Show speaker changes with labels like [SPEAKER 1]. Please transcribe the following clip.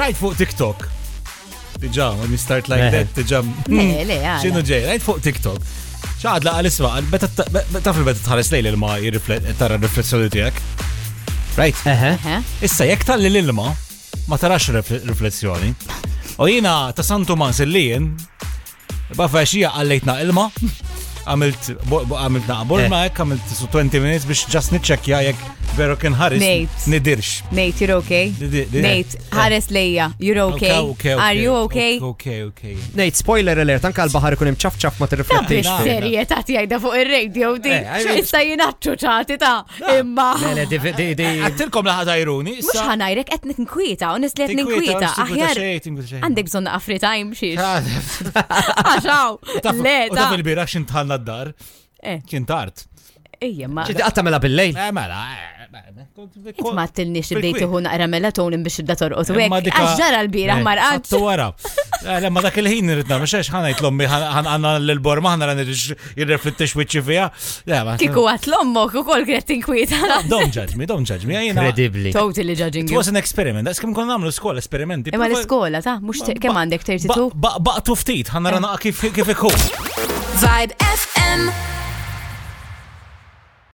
[SPEAKER 1] rajt fuq TikTok. Diġa, when you start like
[SPEAKER 2] Eh.
[SPEAKER 3] Eħe.
[SPEAKER 1] that, diġa.
[SPEAKER 2] Le, le, għala.
[SPEAKER 1] Mm. Xinu ġej, rajt fuq TikTok. ċaħad għal isma, beta t- be- be- taf il-beta tħares lejl il-ma jirriflet, tara riflessjoni tijak. Rajt,
[SPEAKER 3] Eħe.
[SPEAKER 2] Eh?
[SPEAKER 1] issa jek tal l-ilma, ma tarax rif- riflessjoni. U jina ta' santu man sillijin, bafaxija għallejtna ilma, għamilt bo- bo- għamilt naqbor
[SPEAKER 3] Eh.
[SPEAKER 1] ma jek, għamilt su 20 minutes biex ġas nitċekja jek veru kien ħares.
[SPEAKER 2] Mate.
[SPEAKER 1] Nidirx.
[SPEAKER 2] Nate, you're okay?
[SPEAKER 1] Di- di- di-
[SPEAKER 2] Nate,
[SPEAKER 1] eh.
[SPEAKER 2] ħares lejja, you're okay? Are you okay?
[SPEAKER 1] Okay, okay.
[SPEAKER 3] Nejt, spoiler alert, anka l-bahar ikun hemm ċaf ċaf ma
[SPEAKER 2] Ta'
[SPEAKER 3] tirriflettix.
[SPEAKER 2] biex
[SPEAKER 1] Tina.
[SPEAKER 2] serjeta tijajda fuq il-radio di.
[SPEAKER 3] Eh, I mean-
[SPEAKER 2] Issa jinaċċu ċati ta'
[SPEAKER 1] Ah.
[SPEAKER 2] imma.
[SPEAKER 3] Le, le, di, di, di.
[SPEAKER 1] Għattilkom laħad ironi.
[SPEAKER 2] Mux ħanajrek qed ninkwieta, honest li qed
[SPEAKER 1] Tinkwita,
[SPEAKER 2] ninkwieta.
[SPEAKER 1] mhux tinkwita
[SPEAKER 2] Aħjar
[SPEAKER 1] xejn, tinkwita xejn.
[SPEAKER 2] għandek bżonn naqaf free time xiex. Għaxaw. Le,
[SPEAKER 1] Ta'
[SPEAKER 2] ta'
[SPEAKER 1] fil-bira xintħanna d-dar,
[SPEAKER 2] Eh,
[SPEAKER 1] kien tart.
[SPEAKER 2] ejja ma.
[SPEAKER 3] Ġidi għatta mela bil-lejl.
[SPEAKER 1] Eh, mela, eh, eh, kont- kont-
[SPEAKER 2] Ma t-tilnix
[SPEAKER 1] fil-kwiet.
[SPEAKER 2] id-dejti hu naqra melatonin biex id-da torqot.
[SPEAKER 1] Imma
[SPEAKER 2] Wek,
[SPEAKER 1] dika-
[SPEAKER 2] għaxġara l-bira,
[SPEAKER 1] Eh,
[SPEAKER 2] marqanċ.
[SPEAKER 1] sattu wara. Eh, Lemma dak il-ħin irritna, ma xex ħana jitlommi ħana l-borma ħana ran jirreflettix wiċċi fija. Le, ma-
[SPEAKER 2] Kiku għat l-ommok u kol kret tinkwita.
[SPEAKER 1] Don't judge me, don't judge me. Jena,
[SPEAKER 3] Incredibly.
[SPEAKER 2] Totally judging
[SPEAKER 1] it
[SPEAKER 2] you.
[SPEAKER 1] was an experiment. That's kim kon namlu skola, esperimenti.
[SPEAKER 2] Imma
[SPEAKER 1] Prova-
[SPEAKER 2] l-iskola, ta' mux kem għandek
[SPEAKER 1] Ba-
[SPEAKER 2] 32? Eh.
[SPEAKER 1] ba- Baqtu ftit, ħana rana kif kif ikun.
[SPEAKER 4] Vibe FM.